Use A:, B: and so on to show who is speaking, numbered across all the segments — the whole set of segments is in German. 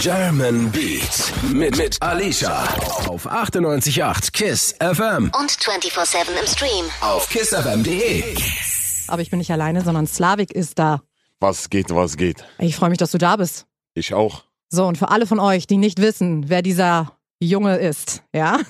A: German Beats mit, mit Alicia auf 98.8 KISS FM
B: und 24-7 im Stream.
A: auf kissfm.de.
C: Aber ich bin nicht alleine, sondern Slavik ist da.
D: Was geht, was geht.
C: Ich freue mich, dass du da bist.
D: Ich auch.
C: So, und für alle von euch, die nicht wissen, wer dieser Junge ist, ja?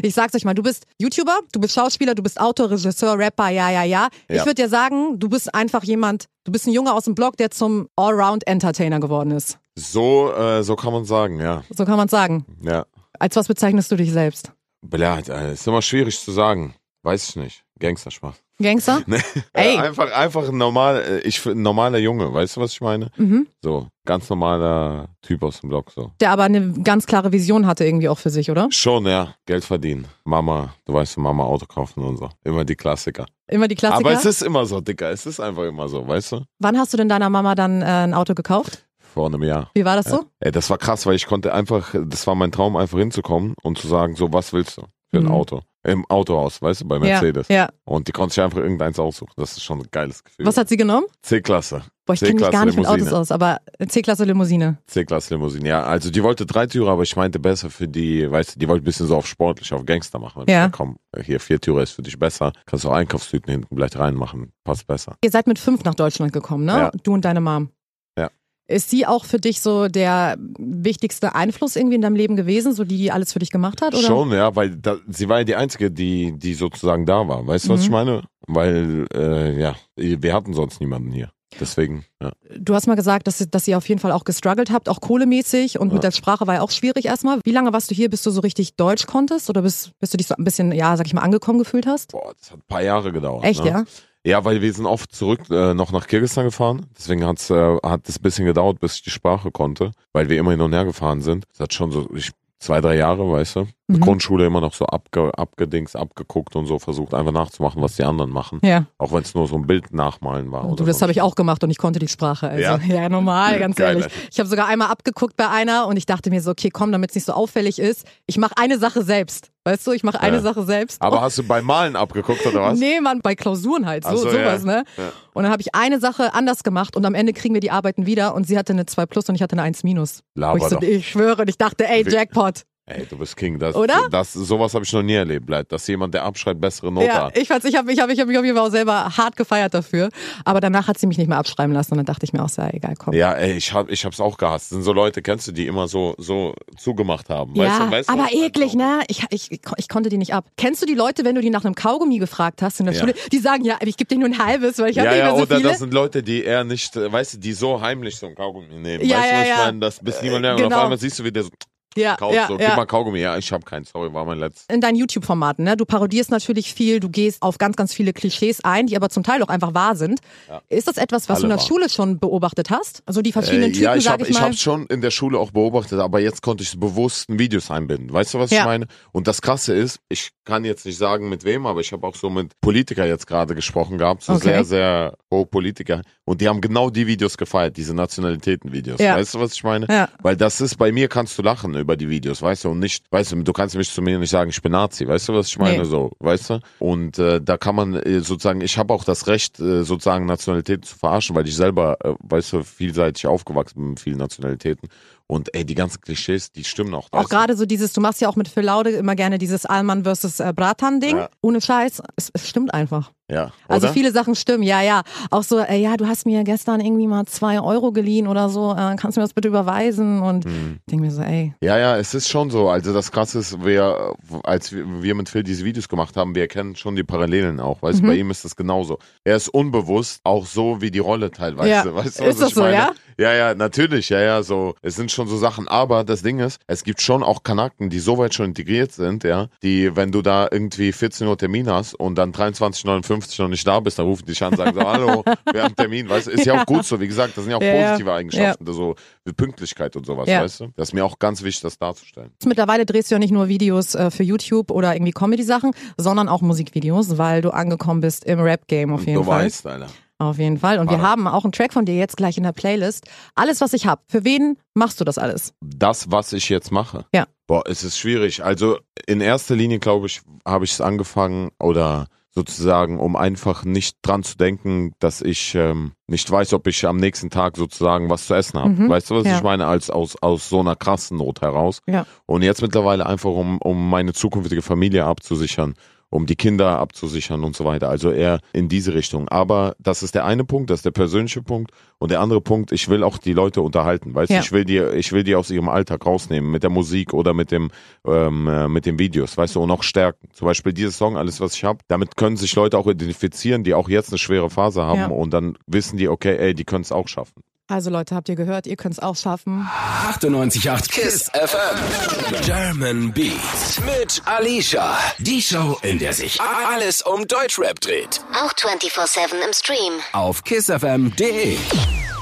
C: Ich sag's euch mal, du bist YouTuber, du bist Schauspieler, du bist Autor, Regisseur, Rapper, ja, ja, ja. Ich
D: Ja.
C: würde dir sagen, du bist einfach jemand, du bist ein Junge aus dem Blog, der zum Allround-Entertainer geworden ist.
D: So, äh, so kann man sagen, ja.
C: So kann man's sagen.
D: Ja. Als
C: Als was bezeichnest du dich selbst?
D: Blöd, äh, ist immer schwierig zu sagen. Weiß ich nicht. Gangster Spaß.
C: Gangster?
D: Nee.
C: Ey.
D: Äh, einfach, einfach ein normal, äh, ich, ein normaler Junge, weißt du, was ich meine?
C: Mhm.
D: So, ganz normaler Typ aus dem Block, so.
C: Der aber eine ganz klare Vision hatte irgendwie auch für sich, oder?
D: Schon, ja. Geld verdienen. Mama, du weißt, Mama Auto kaufen und so. Immer die Klassiker.
C: Immer die Klassiker.
D: Aber es ist immer so, Dicker. Es ist einfach immer so, weißt du?
C: Wann hast du denn deiner Mama dann äh, ein Auto gekauft?
D: Vor einem Jahr.
C: Wie war das so?
D: Ey, das war krass, weil ich konnte einfach, das war mein Traum, einfach hinzukommen und zu sagen, so, was willst du für ein
C: Mhm.
D: Auto? Im Autohaus, weißt du, bei Mercedes.
C: Ja, ja.
D: Und die konnte sich einfach irgendeins aussuchen. Das ist schon ein geiles Gefühl.
C: Was hat sie genommen?
D: C-Klasse.
C: Boah, ich kenne mich
D: C-Klasse
C: gar nicht mit Autos
D: Limousine.
C: aus, aber C-Klasse Limousine.
D: C-Klasse Limousine, ja. Also die wollte Dreitürer, aber ich meinte besser für die, weißt du, die wollte ein bisschen so auf sportlich, auf Gangster machen. Und
C: Ja.
D: ich dachte, Komm, hier Viertürer ist für dich besser. Kannst du auch Einkaufstüten hinten vielleicht reinmachen. Passt besser.
C: Ihr seid mit fünf nach Deutschland gekommen, ne?
D: Ja.
C: Du und deine Mom.
D: Ja.
C: Ist sie auch für dich so der wichtigste Einfluss irgendwie in deinem Leben gewesen, so die, die alles für dich gemacht hat? Oder?
D: Schon, ja, weil da, sie war ja die Einzige, die, die sozusagen da war. Weißt du, was
C: Mhm.
D: ich meine? Weil, äh, ja, wir hatten sonst niemanden hier. Deswegen, ja.
C: Du hast mal gesagt, dass, dass ihr auf jeden Fall auch gestruggelt habt, auch kohlemäßig und mit der Sprache war ja auch schwierig erstmal. Wie lange warst du hier, bis du so richtig Deutsch konntest oder bis, bis du dich so ein bisschen, ja, sag ich mal, angekommen gefühlt hast?
D: Boah, das hat ein paar Jahre gedauert.
C: Echt,
D: ne?
C: ja?
D: Ja, weil wir sind oft zurück äh, noch nach Kirgisistan gefahren. Deswegen hat's, äh, hat es ein bisschen gedauert, bis ich die Sprache konnte, weil wir immer hin und her gefahren sind. Das hat schon so ich, zwei, drei Jahre, weißt du.
C: Mhm.
D: Grundschule immer noch so abge, abgedings, abgeguckt und so versucht einfach nachzumachen, was die anderen machen.
C: Ja.
D: Auch wenn es nur so ein Bild nachmalen war.
C: Und
D: oder
C: Oh, du, das
D: so.
C: habe ich auch gemacht und ich konnte die Sprache. Also, ja,
D: Ja?
C: normal, ganz
D: Geil, ne?
C: ehrlich. Ich habe sogar einmal abgeguckt bei einer und ich dachte mir so, okay, komm, damit es nicht so auffällig ist, ich mache eine Sache selbst. Weißt du, ich mache eine
D: Ja.
C: Sache selbst.
D: Aber hast du bei Malen abgeguckt oder was?
C: Nee, Mann, bei Klausuren halt, so,
D: Ach so,
C: sowas,
D: ja.
C: ne?
D: Ja.
C: Und dann habe ich eine Sache anders gemacht und am Ende kriegen wir die Arbeiten wieder und sie hatte eine 2 plus und ich hatte eine 1 minus. Wo ich,
D: Laber
C: so,
D: doch.
C: ich schwöre, und ich dachte, ey,
D: Wie-
C: Jackpot.
D: Ey, du bist King. Das,
C: Oder?
D: Das, sowas habe ich noch nie erlebt, bleibt. Dass jemand, der abschreibt, bessere Note
C: Ja,
D: hat.
C: ich, fand's- ich habe ich hab, ich hab mich auf jeden Fall auch selber hart gefeiert dafür. Aber danach hat sie mich nicht mehr abschreiben lassen und dann dachte ich mir auch, so, ja, egal, komm.
D: Ja, ey, ich hab, ich hab's auch gehasst. Sind so Leute, kennst du, die immer so, so zugemacht haben. weißt
C: ja,
D: du, weißt du,
C: aber
D: was ich meine?
C: eklig, ne? Ich, ich, ich, ich konnte die nicht ab. Kennst du die Leute, wenn du die nach einem Kaugummi gefragt hast in der
D: Ja.
C: Schule? Die sagen, ja, ich gebe dir nur ein halbes, weil ich habe
D: ja, ja,
C: immer so
D: oder
C: viele.
D: das sind Leute, die eher nicht, äh, weißt du, die so heimlich so ein Kaugummi nehmen.
C: Ja,
D: weißt
C: ja,
D: du, was
C: ja.
D: ich meine? Das bis niemand mehr. Und
C: genau.
D: auf einmal siehst du, wie der so
C: ja,
D: kauft,
C: ja,
D: so, gib
C: ja.
D: mal Kaugummi. Ja, ich hab keinen, sorry, war mein letzter.
C: In deinen YouTube-Formaten, ne? Du parodierst natürlich viel, du gehst auf ganz, ganz viele Klischees ein, die aber zum Teil auch einfach wahr sind. Ist das etwas, was
D: Alle
C: du in der
D: wahr.
C: Schule schon beobachtet hast? Also die verschiedenen
D: Äh,
C: Typen,
D: ja, ich
C: sag
D: habe
C: ich mal.
D: hab's schon in der Schule auch beobachtet, aber jetzt konnte ich bewusst in Videos einbinden. Weißt du, was
C: Ja.
D: ich meine? Und das Krasse ist, ich kann jetzt nicht sagen mit wem, aber ich habe auch so mit Politiker jetzt gerade gesprochen gehabt, so
C: Okay.
D: sehr, sehr hohe Politiker. Und die haben genau die Videos gefeiert, diese Nationalitäten-Videos.
C: Ja.
D: Weißt du, was ich meine?
C: Ja.
D: Weil das ist, bei mir kannst du lachen über die Videos, weißt du, und nicht, weißt du, du kannst mich zu mir nicht sagen, ich bin Nazi, weißt du, was ich meine,
C: Nee.
D: so, weißt du? Und äh, da kann man äh, sozusagen, ich habe auch das Recht, äh, sozusagen Nationalitäten zu verarschen, weil ich selber, äh, weißt du, vielseitig aufgewachsen bin mit vielen Nationalitäten. Und ey, die ganzen Klischees, die stimmen auch.
C: Auch
D: weißt du?
C: gerade so dieses, du machst ja auch mit Phil Laude immer gerne dieses Alman versus äh, Bratan-Ding.
D: Ja.
C: Ohne Scheiß. Es, es stimmt einfach.
D: Ja,
C: Also
D: oder?
C: viele Sachen stimmen, ja, ja. Auch so, äh, ja, du hast mir gestern irgendwie mal zwei Euro geliehen oder so, äh, kannst du mir das bitte überweisen? Und
D: Hm.
C: ich denke mir so, ey,
D: Ja, ja, es ist schon so. Also das Krasse ist, wir, als wir wir mit Phil diese Videos gemacht haben, wir erkennen schon die Parallelen auch. Weißt du,
C: Mhm.
D: bei ihm ist das genauso. Er ist unbewusst, auch so wie die Rolle teilweise.
C: Ja.
D: Weißt du,
C: Ist das so, ja?
D: Ja, ja, natürlich, ja, ja, so. Es sind schon so Sachen, aber das Ding ist, es gibt schon auch Kanaken, die so weit schon integriert sind, ja, die, wenn du da irgendwie 14 Uhr Termin hast und dann 23.59 noch nicht da bist, dann rufen die dich an und sagen so, hallo, wir haben Termin, weißt du, ist ja auch gut so, wie gesagt, das sind ja auch
C: Ja, ja.
D: positive Eigenschaften, so wie Pünktlichkeit und sowas,
C: Ja.
D: weißt du? Das ist mir auch ganz wichtig, das darzustellen.
C: jetzt mittlerweile drehst du ja nicht nur Videos äh, für YouTube oder irgendwie Comedy-Sachen, sondern auch Musikvideos, weil du angekommen bist im Rap-Game auf jeden
D: du
C: Fall.
D: weißt, Alter.
C: Auf jeden Fall. Und wir
D: Warte.
C: haben auch einen Track von dir jetzt gleich in der Playlist. Alles, was ich hab. Für wen machst du das alles?
D: Das, was ich jetzt mache.
C: Ja.
D: Boah, es ist schwierig. Also in erster Linie, glaube ich, habe ich es angefangen oder sozusagen, um einfach nicht dran zu denken, dass ich ähm, nicht weiß, ob ich am nächsten Tag sozusagen was zu essen habe.
C: Mhm.
D: Weißt du, was
C: Ja.
D: ich meine? Als aus, aus so einer krassen Not heraus.
C: Ja.
D: Und jetzt mittlerweile einfach, um, um meine zukünftige Familie abzusichern, um die Kinder abzusichern und so weiter. Also eher in diese Richtung. Aber das ist der eine Punkt, das ist der persönliche Punkt. Und der andere Punkt, ich will auch die Leute unterhalten. Weißt
C: Ja.
D: du, ich will die, ich will die aus ihrem Alltag rausnehmen, mit der Musik oder mit dem, ähm, äh, mit den Videos, weißt du, und auch stärken. Zum Beispiel dieses Song, alles was ich habe, damit können sich Leute auch identifizieren, die auch jetzt eine schwere Phase haben
C: Ja.
D: und dann wissen die, okay, ey, die können es auch schaffen.
C: Also Leute, habt ihr gehört, ihr könnt es auch schaffen.
A: 98.8 KISS FM. German Beats. Mit Alicia. Die Show, in der sich a- alles um Deutschrap dreht.
B: Auch 24-7 im Stream.
A: Auf kissfm.de.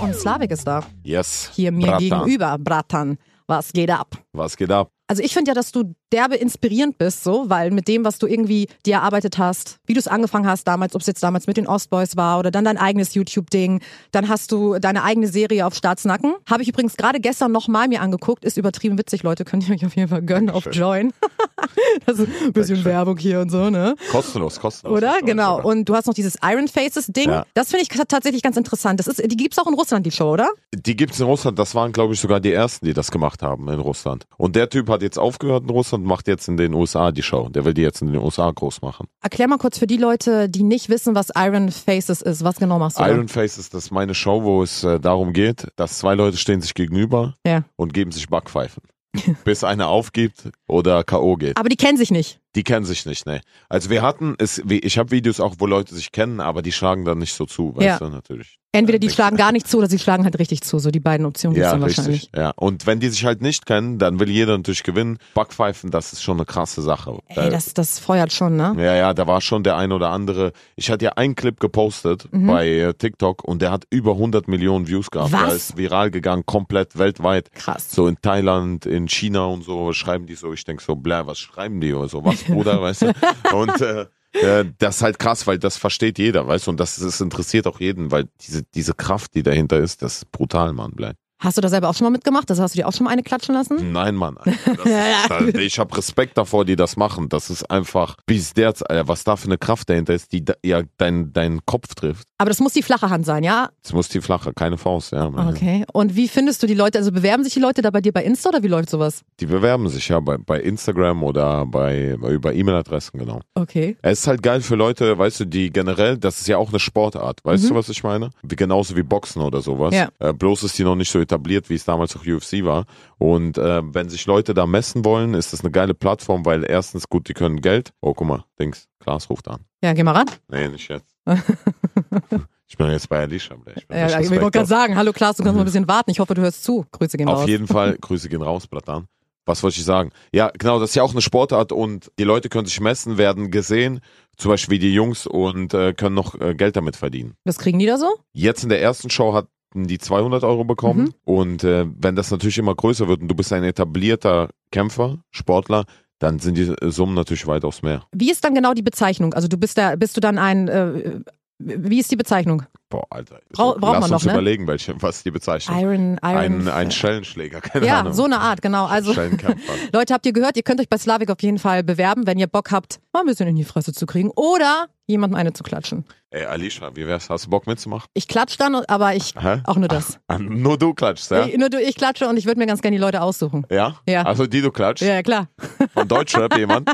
C: Und Slavik ist da.
D: Yes.
C: Hier mir
D: Bratan,
C: gegenüber, Bratan. Was geht ab?
D: Was geht ab?
C: Also ich finde ja, dass du derbe inspirierend bist, so, weil mit dem, was du irgendwie dir erarbeitet hast, wie du es angefangen hast damals, ob es jetzt damals mit den Ostboys war oder dann dein eigenes YouTube-Ding, dann hast du deine eigene Serie auf Staatsnacken. Habe ich übrigens gerade gestern nochmal mir angeguckt, ist übertrieben witzig, Leute, könnt ihr euch auf jeden Fall gönnen auf Join. das ist ein bisschen Werbung hier und so, ne?
D: Kostenlos, kostenlos.
C: Oder?
D: kostenlos
C: Genau.
D: sogar.
C: Und du hast noch dieses Iron Faces-Ding.
D: Ja.
C: Das finde ich t- tatsächlich ganz interessant. Das ist, die gibt's auch in Russland, die Show, oder?
D: Die gibt's in Russland, das waren, glaube ich, sogar die ersten, die das gemacht haben in Russland. Und der Typ hat jetzt aufgehört in Russland und macht jetzt in den USA die Show. Der will die jetzt in den USA groß machen.
C: Erklär mal kurz für die Leute, die nicht wissen, was Iron Faces ist. Was genau machst du? da?
D: Iron Face ist das ist meine Show, wo es äh, darum geht, dass zwei Leute stehen sich gegenüber
C: Ja.
D: und geben sich Backpfeifen. Bis einer aufgibt oder K.O. geht.
C: Aber die kennen sich nicht.
D: Die kennen sich nicht, ne. Also wir hatten, es, wie- ich habe Videos auch, wo Leute sich kennen, aber die schlagen dann nicht so zu, weißt
C: Ja.
D: du, natürlich.
C: Entweder
D: Äh,
C: die
D: nix.
C: schlagen gar nicht zu oder sie schlagen halt richtig zu. So die beiden Optionen gibt's
D: Ja,
C: dann wahrscheinlich.
D: richtig. Ja. Und wenn die sich halt nicht kennen, dann will jeder natürlich gewinnen. Backpfeifen, das ist schon eine krasse Sache.
C: Ey, das, das feuert schon, ne?
D: Ja, ja, da war schon der ein oder andere. Ich hatte ja einen Clip gepostet bei äh, TikTok und der hat über 100 Millionen Views gehabt.
C: Was?
D: Der ist viral gegangen, komplett weltweit.
C: Krass.
D: So in Thailand, in China und so schreiben die so. Ich denk so, bla, was schreiben die oder so? Was, Bruder, weißt du? Und äh, äh, das ist halt krass, weil das versteht jeder, weißt du? Und das, das interessiert auch jeden, weil diese, diese Kraft, die dahinter ist, das ist brutal, Mann, bleib.
C: Hast du da selber auch schon mal mitgemacht? Also hast du dir auch schon mal eine klatschen lassen?
D: Nein, Mann. Alter, Das ist, ich habe Respekt davor, die das machen. Das ist einfach bis derz, Alter, was da für eine Kraft dahinter ist, die da, ja deinen deinen Kopf trifft.
C: Aber das muss die flache Hand sein, ja?
D: Es muss die flache, keine Faust, ja. Mann.
C: Okay. Und wie findest du die Leute? Also bewerben sich die Leute da bei dir bei Insta oder wie läuft sowas?
D: Die bewerben sich ja bei, bei Instagram oder bei, bei über E-Mail-Adressen, genau.
C: Okay.
D: Es ist halt geil für Leute, weißt du, die generell, das ist ja auch eine Sportart, weißt du, was ich meine? Wie, genauso wie Boxen oder sowas.
C: Mhm. Ja.
D: Äh, bloß ist die noch nicht so etabliert, wie es damals auch UFC war. Und äh, wenn sich Leute da messen wollen, ist das eine geile Plattform, weil erstens, gut, die können Geld. Oh, guck mal, Dings, Klaas ruft an.
C: Ja, geh mal ran.
D: Nee, nicht jetzt. ich bin jetzt bei Alicia, Alter. ich bin
C: Ja, ich
D: nicht
C: wollte gerade
D: respektlos.
C: sagen, genau. hallo Klaas, du kannst mal ein bisschen warten. Ich hoffe, du hörst zu. Grüße gehen
D: Mhm. Auf
C: raus.
D: jeden Fall, Grüße gehen raus, Platan. Was wollte ich sagen? Ja, genau, das ist ja auch eine Sportart und die Leute können sich messen, werden gesehen, zum Beispiel wie die Jungs und äh, können noch äh, Geld damit verdienen.
C: Das kriegen die da so?
D: Jetzt in der ersten Show hatten die 200 Euro bekommen
C: Mhm.
D: und äh, wenn das natürlich immer größer wird und du bist ein etablierter Kämpfer, Sportler, dann sind die äh, Summen natürlich weitaus mehr.
C: Wie ist dann genau die Bezeichnung? Also du bist da, bist du dann ein, äh, wie ist die Bezeichnung?
D: Boah, Alter.
C: Brau- braucht
D: Lass
C: man
D: uns
C: noch, ne?
D: überlegen, welche, was die Bezeichnung.
C: Iron, Iron.
D: Ein, ein ne? Schellenschläger, keine
C: ja,
D: Ahnung.
C: so eine Art, genau. Also
D: Schellenkämpfer.
C: Leute, habt ihr gehört, ihr könnt euch bei Slavik auf jeden Fall bewerben, wenn ihr Bock habt, mal ein bisschen in die Fresse zu kriegen oder jemandem eine zu klatschen.
D: Ey, Alicia, wie wär's? Hast du Bock mitzumachen?
C: Ich klatsch dann, aber ich
D: Hä?
C: auch nur das.
D: Ah, Nur du klatschst, ja?
C: Ich, nur du, ich klatsche und ich würde mir ganz gerne die Leute aussuchen.
D: Ja?
C: Ja.
D: Also die du klatschst?
C: Ja, ja, klar.
D: Von Deutschrap jemand?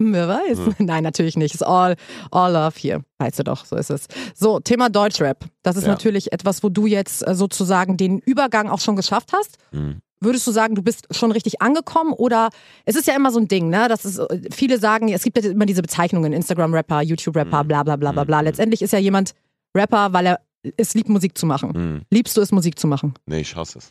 C: Hm, Wer weiß. Nein, natürlich nicht. Ist all, all love hier. Weißt du doch, so ist es. So, Thema Deutschrap. Das ist
D: Ja.
C: natürlich etwas, wo du jetzt äh, sozusagen den Übergang auch schon geschafft hast.
D: Mhm.
C: Würdest du sagen, du bist schon richtig angekommen oder es ist ja immer so ein Ding, ne? Das ist, äh, viele sagen, es gibt ja immer diese Bezeichnungen, Instagram-Rapper,
D: Mhm.
C: YouTube-Rapper, bla bla bla bla bla. Letztendlich ist ja jemand Rapper, weil er es liebt, Musik zu machen.
D: Mhm.
C: Liebst du es, Musik zu machen?
D: Nee, ich hasse es.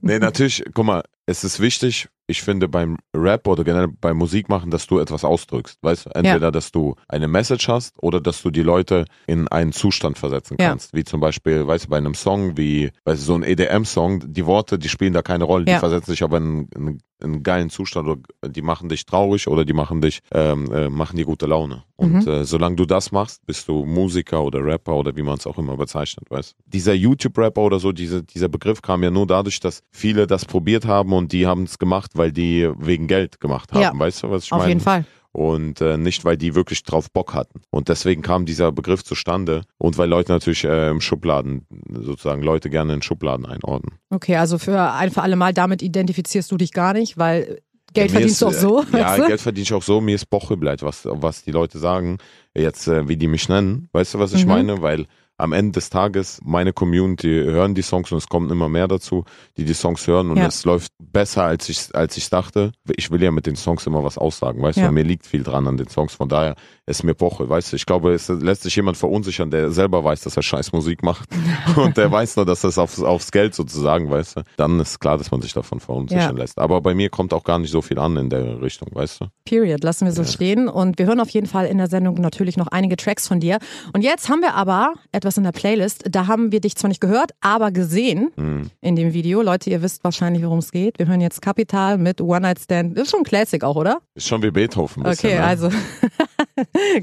D: nee, natürlich, guck mal, es ist wichtig, ich finde beim Rap oder generell beim Musik machen, dass du etwas ausdrückst. Weißt du, entweder, dass du eine Message hast oder dass du die Leute in einen Zustand versetzen
C: Ja.
D: kannst. Wie zum Beispiel, weißt du, bei einem Song, wie, weißt du, so ein EDM-Song, die Worte, die spielen da keine Rolle,
C: Ja.
D: die versetzen dich aber in, in, in einen geilen Zustand oder die machen dich traurig oder die machen dich, ähm, äh, machen dir gute Laune.
C: Mhm.
D: Und äh, solange du das machst, bist du Musiker oder Rapper oder wie man es auch immer bezeichnet, weißt du. Dieser YouTube-Rapper oder so, diese, dieser Begriff kam ja nur dadurch, dass viele das probiert haben und die haben es gemacht, weil die wegen Geld gemacht haben.
C: Ja.
D: Weißt du, was ich
C: Auf
D: meine?
C: jeden Fall.
D: und äh, nicht, weil die wirklich drauf Bock hatten. Und deswegen kam dieser Begriff zustande und weil Leute natürlich äh, im Schubladen, sozusagen Leute gerne in Schubladen einordnen.
C: Okay, also für ein für alle Mal, damit identifizierst du dich gar nicht, weil Geld
D: Mir
C: verdienst du auch
D: ist,
C: so.
D: Äh, ja,
C: weißt du?
D: Geld verdiene ich auch so. Mir ist Boche bleibt, was, was die Leute sagen, jetzt äh, wie die mich nennen. Weißt du, was ich
C: Mhm.
D: meine? Weil am Ende des Tages, meine Community hören die Songs und es kommen immer mehr dazu, die die Songs hören und
C: Ja.
D: es läuft besser, als ich, als ich dachte. Ich will ja mit den Songs immer was aussagen, weißt
C: Ja.
D: du? Mir liegt viel dran an den Songs, von daher ist mir Boche, weißt du? Ich glaube, es lässt sich jemand verunsichern, der selber weiß, dass er scheiß Musik macht und der weiß nur, dass das aufs, aufs Geld sozusagen, weißt du? Dann ist klar, dass man sich davon verunsichern
C: Ja.
D: lässt. Aber bei mir kommt auch gar nicht so viel an in der Richtung, weißt du?
C: Period, lassen wir so stehen. Und wir hören auf jeden Fall in der Sendung natürlich noch einige Tracks von dir. Und jetzt haben wir aber etwas in der Playlist. Da haben wir dich zwar nicht gehört, aber gesehen
D: Hm.
C: in dem Video. Leute, ihr wisst wahrscheinlich, worum es geht. Wir hören jetzt Capital mit One Night Stand. Ist schon ein Classic auch, oder?
D: Ist schon wie Beethoven. ein bisschen,
C: Okay,
D: ne?
C: also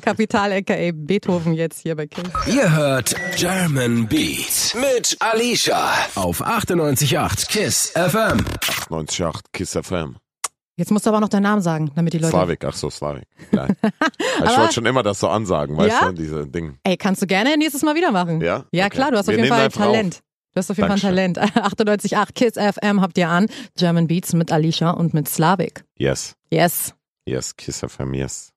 C: Capital aka Beethoven jetzt hier bei Kiss.
A: Ihr hört German Beat mit Alicia auf 98.8 KISS FM.
D: 98, Kiss FM.
C: Jetzt musst du aber noch deinen Namen sagen, damit die Leute.
D: Slavik, ach so, Slavik. Nein. ich wollte schon immer das so ansagen, weißt
C: Ja?
D: du? Diese Ding.
C: Ey, kannst du gerne nächstes Mal wieder machen.
D: Ja?
C: Ja,
D: Okay.
C: klar, du hast auf jeden
D: Wir nehmen
C: Fall
D: einfach
C: Talent. Du hast auf jeden Fall ein Talent. 98.8 Kiss FM habt ihr an. German Beats mit Alicia und mit Slavik.
D: Yes,
C: Yes.
D: yes, Kiss FM, yes.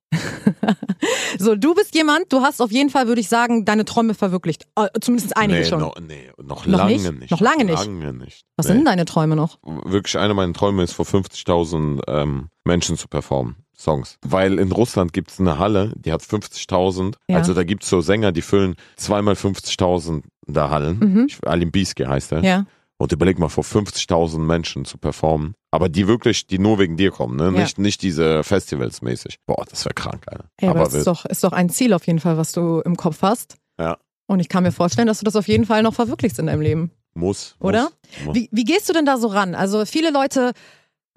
C: So, du bist jemand, du hast auf jeden Fall, würde ich sagen, deine Träume verwirklicht. Äh, zumindest einige
D: nee,
C: schon.
D: No, nee, noch,
C: Noch
D: lange
C: nicht?
D: nicht?
C: Noch lange nicht?
D: Lange nicht.
C: Was
D: nee.
C: sind deine Träume noch?
D: wirklich einer meiner Träume ist, vor 50.000 ähm, Menschen zu performen. Songs. Weil in Russland gibt es eine Halle, die hat 50.000.
C: Ja.
D: Also da gibt es so Sänger, die füllen zweimal 50.000 da Hallen.
C: Mhm.
D: Ich, Alimbiski heißt er.
C: Ja.
D: Und überleg mal, vor 50.000 Menschen zu performen. Aber die wirklich, die nur wegen dir kommen, ne?
C: Ja.
D: Nicht, nicht diese Festivals mäßig. Boah, das wäre krank, Alter.
C: Ey, aber, das
D: wild.
C: ist doch, ist doch ein Ziel auf jeden Fall, was du im Kopf hast.
D: Ja.
C: Und ich kann mir vorstellen, dass du das auf jeden Fall noch verwirklichst in deinem Leben.
D: muss.
C: Oder?
D: Muss, muss.
C: Wie, wie gehst du denn da so ran? Also viele Leute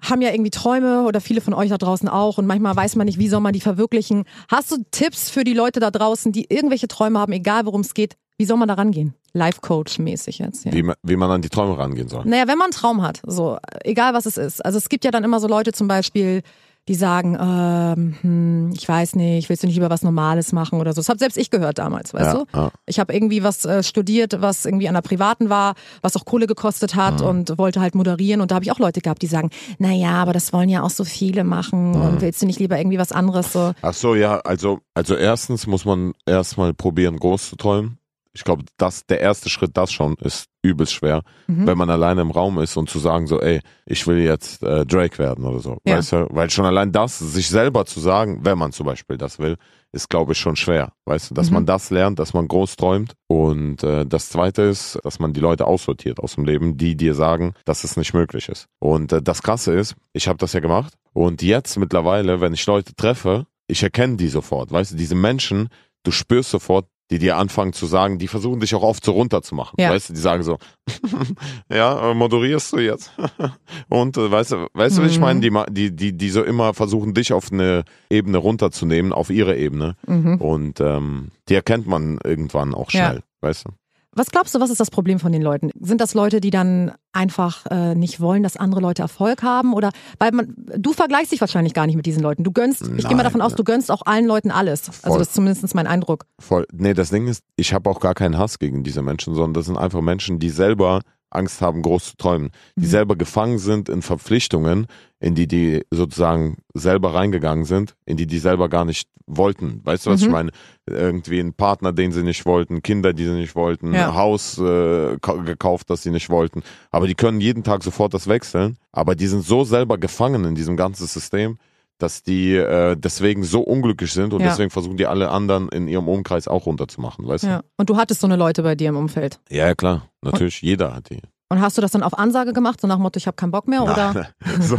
C: haben ja irgendwie Träume oder viele von euch da draußen auch und manchmal weiß man nicht, wie soll man die verwirklichen. Hast du Tipps für die Leute da draußen, die irgendwelche Träume haben, egal worum es geht? Wie soll man da rangehen? Life Coach mäßig jetzt. Ja.
D: Wie, man- wie man an die Träume rangehen soll.
C: Naja, wenn man einen Traum hat, so egal was es ist. Also es gibt ja dann immer so Leute zum Beispiel, die sagen, ähm, hm, ich weiß nicht, willst du nicht lieber was Normales machen oder so. Das habe selbst ich gehört damals, weißt
D: Ja,
C: du?
D: ja.
C: Ich habe irgendwie was äh, studiert, was irgendwie an der privaten war, was auch Kohle gekostet hat
D: Ah.
C: und wollte halt moderieren. Und da habe ich auch Leute gehabt, die sagen, naja, aber das wollen ja auch so viele machen
D: Ah.
C: und willst du nicht lieber irgendwie was anderes so.
D: Ach so, ja, also, also erstens muss man erstmal probieren, groß zu träumen. Ich glaube, das, der erste Schritt, das schon, ist übelst schwer,
C: Mhm,
D: wenn man alleine im Raum ist und zu sagen so, ey, ich will jetzt äh, Drake werden oder so.
C: Ja.
D: Weißt du? Weil schon allein das, sich selber zu sagen, wenn man zum Beispiel das will, ist, glaube ich, schon schwer. Weißt du,
C: Mhm.
D: dass man das lernt, dass man groß träumt. Und äh, das Zweite ist, dass man die Leute aussortiert aus dem Leben, die dir sagen, dass es nicht möglich ist. Und äh, das Krasse ist, ich habe das ja gemacht. Und jetzt mittlerweile, wenn ich Leute treffe, ich erkenne die sofort. Weißt du, diese Menschen, du spürst sofort, die dir anfangen zu sagen, die versuchen dich auch oft so runterzumachen.
C: Ja.
D: Weißt du, die sagen so, ja, äh, moderierst du jetzt? Und äh, weißt du, weißt du, was ich meine? Die, ma- die, die, die so immer versuchen, dich auf eine Ebene runterzunehmen, auf ihre Ebene. Und ähm, die erkennt man irgendwann auch
C: Mhm. Ja.
D: schnell, weißt du?
C: Was glaubst du, was ist das Problem von den Leuten? Sind das Leute, die dann einfach äh, nicht wollen, dass andere Leute Erfolg haben? Oder weil man, du vergleichst dich wahrscheinlich gar nicht mit diesen Leuten. Du gönnst, ich gehe mal
D: Nein,
C: davon aus, du gönnst auch allen Leuten alles. Also
D: Voll.
C: das ist zumindest mein Eindruck.
D: Voll. Nee, das Ding ist, ich habe auch gar keinen Hass gegen diese Menschen, sondern das sind einfach Menschen, die selber Angst haben, groß zu träumen, die
C: Mhm.
D: selber gefangen sind in Verpflichtungen, in die die sozusagen selber reingegangen sind, in die die selber gar nicht wollten. Weißt du, was
C: Mhm.
D: ich meine? Irgendwie ein Partner, den sie nicht wollten, Kinder, die sie nicht wollten,
C: Ja.
D: ein Haus äh, ka- gekauft, das sie nicht wollten. Aber die können jeden Tag sofort das wechseln. Aber die sind so selber gefangen in diesem ganzen System, dass die äh, deswegen so unglücklich sind und
C: Ja.
D: deswegen versuchen die alle anderen in ihrem Umkreis auch runterzumachen, weißt
C: Ja. Und du hattest so eine Leute bei dir im Umfeld.
D: du? Ja, ja, klar. Natürlich, jeder hat die.
C: Und hast du das dann auf Ansage gemacht, so nach dem Motto, ich habe keinen Bock mehr? Oder?
D: so,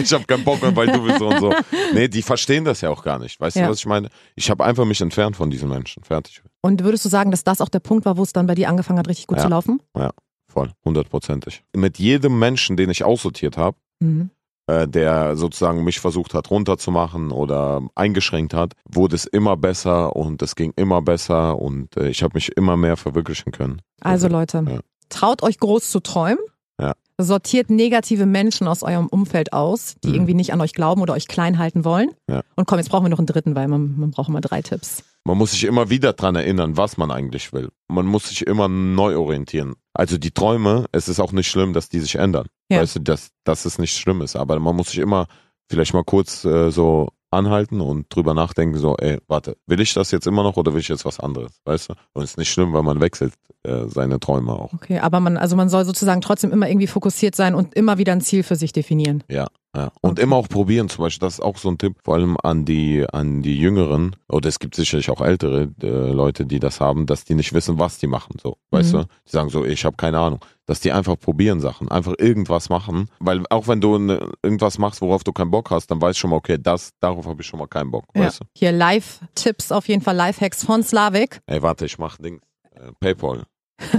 D: ich habe keinen Bock mehr, weil du bist so und so. Nee, die verstehen das ja auch gar nicht. Weißt
C: Ja.
D: du, was ich meine? Ich habe einfach mich entfernt von diesen Menschen. Fertig.
C: Und würdest du sagen, dass das auch der Punkt war, wo es dann bei dir angefangen hat, richtig gut
D: Ja.
C: zu laufen?
D: Ja, voll. Hundertprozentig. Mit jedem Menschen, den ich aussortiert habe,
C: Mhm.
D: äh, der sozusagen mich versucht hat runterzumachen oder eingeschränkt hat, wurde es immer besser und es ging immer besser und äh, ich habe mich immer mehr verwirklichen können.
C: Also Leute,
D: Ja.
C: traut euch groß zu träumen.
D: Ja.
C: sortiert negative Menschen aus eurem Umfeld aus, die irgendwie nicht an euch glauben oder euch klein halten wollen.
D: Mhm. Ja.
C: Und komm, jetzt brauchen wir noch einen dritten, weil man, man braucht immer drei Tipps.
D: Man muss sich immer wieder dran erinnern, was man eigentlich will. Man muss sich immer neu orientieren. Also die Träume, es ist auch nicht schlimm, dass die sich ändern.
C: Ja.
D: Weißt du, dass, dass es nicht schlimm ist. Aber man muss sich immer vielleicht mal kurz äh, so anhalten und drüber nachdenken, so, ey, warte, will ich das jetzt immer noch oder will ich jetzt was anderes? Weißt du? Und es ist nicht schlimm, weil man wechselt äh, seine Träume auch.
C: Okay, aber man, also man soll sozusagen trotzdem immer irgendwie fokussiert sein und immer wieder ein Ziel für sich definieren.
D: Ja, ja. Und immer auch probieren, zum Beispiel, das ist auch so ein Tipp, vor allem an die, an die Jüngeren, oder es gibt sicherlich auch ältere äh, Leute, die das haben, dass die nicht wissen, was die machen, so, weißt
C: Mhm.
D: du? Die sagen so, ich habe keine Ahnung. Dass die einfach probieren Sachen, einfach irgendwas machen, weil auch wenn du ne, irgendwas machst, worauf du keinen Bock hast, dann weißt du schon mal, okay, das, darauf habe ich schon mal keinen Bock, weißt du?
C: Hier Live-Tipps auf jeden Fall, Live-Hacks von Slavik.
D: Ey, warte, ich mach Dings, äh, Paypal,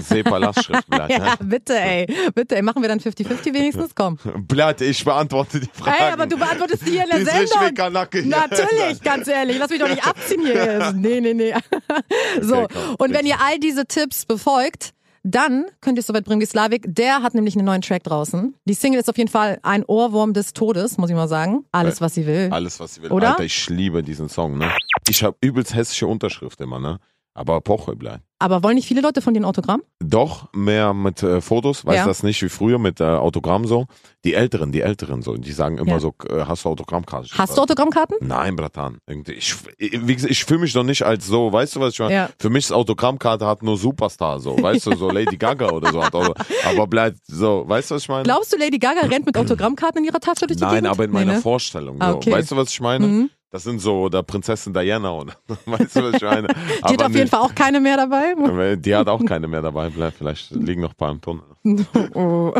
D: SEPA-Lastschrift, bleibt,
C: Ja,
D: ne?
C: bitte, ey. Bitte, ey. Machen wir dann 50-50 wenigstens? Komm.
D: Bleibt, ich beantworte die Frage.
C: Ey, aber du beantwortest die hier in der
D: Sendung.
C: Sendung. Natürlich, ganz ehrlich. Lass mich doch nicht abziehen hier. Nee, nee, nee. So,
D: Okay, komm.
C: und wenn ihr all diese Tipps befolgt, dann könnt ihr es soweit bringen wie Slavik. Der hat nämlich einen neuen Track draußen. Die Single ist auf jeden Fall ein Ohrwurm des Todes, muss ich mal sagen.
D: Äh,
C: Alles, was sie will.
D: Alles, was sie will.
C: Oder?
D: Alter, ich liebe diesen Song, ne? Ich habe übelst hässliche Unterschrift immer, ne? Aber Poche bleibt.
C: Aber wollen nicht viele Leute von dir ein Autogramm?
D: Doch, mehr mit äh, Fotos, weiß
C: Ja.
D: das nicht wie früher mit äh, Autogramm so. Die Älteren, die Älteren so, die sagen immer
C: Ja.
D: so, äh, hast du Autogrammkarte?
C: Hast du Autogrammkarten?
D: Nein, Bratan. Irgendwie, ich, wie gesagt, ich fühle mich doch nicht als so, weißt du, was ich meine?
C: Ja.
D: Für mich ist Autogrammkarte hat nur Superstar, so, weißt du, so Lady Gaga oder so hat auch, aber bleibt so, weißt du, was ich meine?
C: Glaubst du, Lady Gaga rennt mit Autogrammkarten in ihrer Tasche durch die
D: Nein,
C: Gegend?
D: aber in meiner
C: ne?
D: Vorstellung. So.
C: Ah, okay.
D: Weißt du, was ich meine?
C: Mhm.
D: Das sind so der Prinzessin Diana und weißt du, was ich meine?
C: Die hat auf jeden Fall auch keine mehr dabei.
D: Fall. Die hat auch keine mehr dabei. Bleib, Vielleicht liegen noch ein paar im Tunnel. Äh.
C: Oh.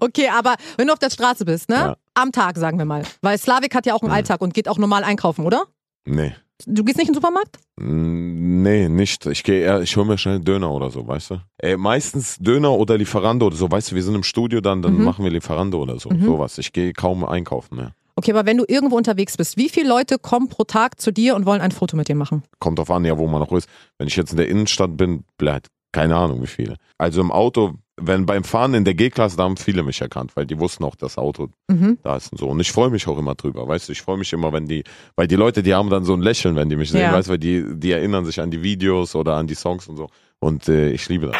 C: Okay, aber wenn du auf der Straße bist, ne?
D: Ja. Mhm.
C: Am Tag, sagen wir mal. Weil Slavik hat ja auch einen Alltag und geht auch normal einkaufen, oder?
D: Nee.
C: Du gehst nicht in den Supermarkt?
D: Mm, Nee, nicht. Ich gehe eher, ich hole mir schnell Döner oder so, weißt du? Ey, meistens Döner oder Lieferando oder so, weißt du, wir sind im Studio, dann,
C: Mhm.
D: dann machen wir Lieferando oder so. Sowas. Ich gehe kaum einkaufen mehr.
C: Okay, aber wenn du irgendwo unterwegs bist, wie viele Leute kommen pro Tag zu dir und wollen ein Foto mit dir machen?
D: Kommt drauf an, ja, wo man noch ist. Wenn ich jetzt in der Innenstadt bin, bleibt keine Ahnung, wie viele. Also im Auto, wenn beim Fahren in der G-Klasse, da haben viele mich erkannt, weil die wussten auch, das Auto
C: Mhm.
D: da ist und so. Und ich freue mich auch immer drüber, weißt du, ich freue mich immer, wenn die, weil die Leute, die haben dann so ein Lächeln, wenn die mich sehen,
C: Ja.
D: weißt du, weil die, die erinnern sich an die Videos oder an die Songs und so. Und äh, ich liebe das.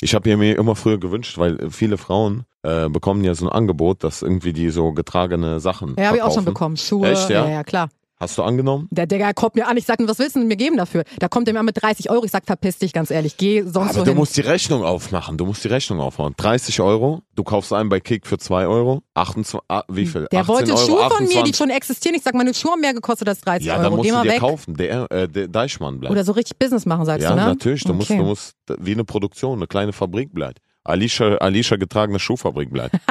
D: Ich habe mir immer früher gewünscht, weil äh, viele Frauen äh, bekommen ja so ein Angebot, dass irgendwie die so getragene Sachen.
C: Ja, habe ich auch schon bekommen.
D: verkaufen.
C: Schuhe.
D: Echt, ja?
C: ja, ja, klar.
D: Hast du angenommen?
C: Der Digger kommt mir an, ich sag, ihm, was willst du denn mir geben dafür? Da kommt er mir an mit 30 Euro, ich sag, verpiss dich, ganz ehrlich, geh sonst
D: Aber du
C: wohin.
D: musst die Rechnung aufmachen. Du musst die Rechnung aufmachen. 30 Euro, du kaufst einen bei Kick für 2 Euro. 28, ah, wie viel?
C: Hm, der
D: 18
C: wollte
D: Euro,
C: Schuhe von mir, die
D: 28.
C: schon existieren. Ich sag, meine Schuhe haben mehr gekostet als 30
D: Ja,
C: Euro.
D: dann musst
C: geh
D: du
C: mal
D: dir
C: weg.
D: kaufen. Der, äh, der Deichmann bleibt.
C: Oder so richtig Business machen, sagst
D: ja,
C: du, ne?
D: natürlich. Du, musst,
C: Okay.
D: du musst d- wie eine Produktion, eine kleine Fabrik bleibt. Alicia, Alicia getragene Schuhfabrik bleibt.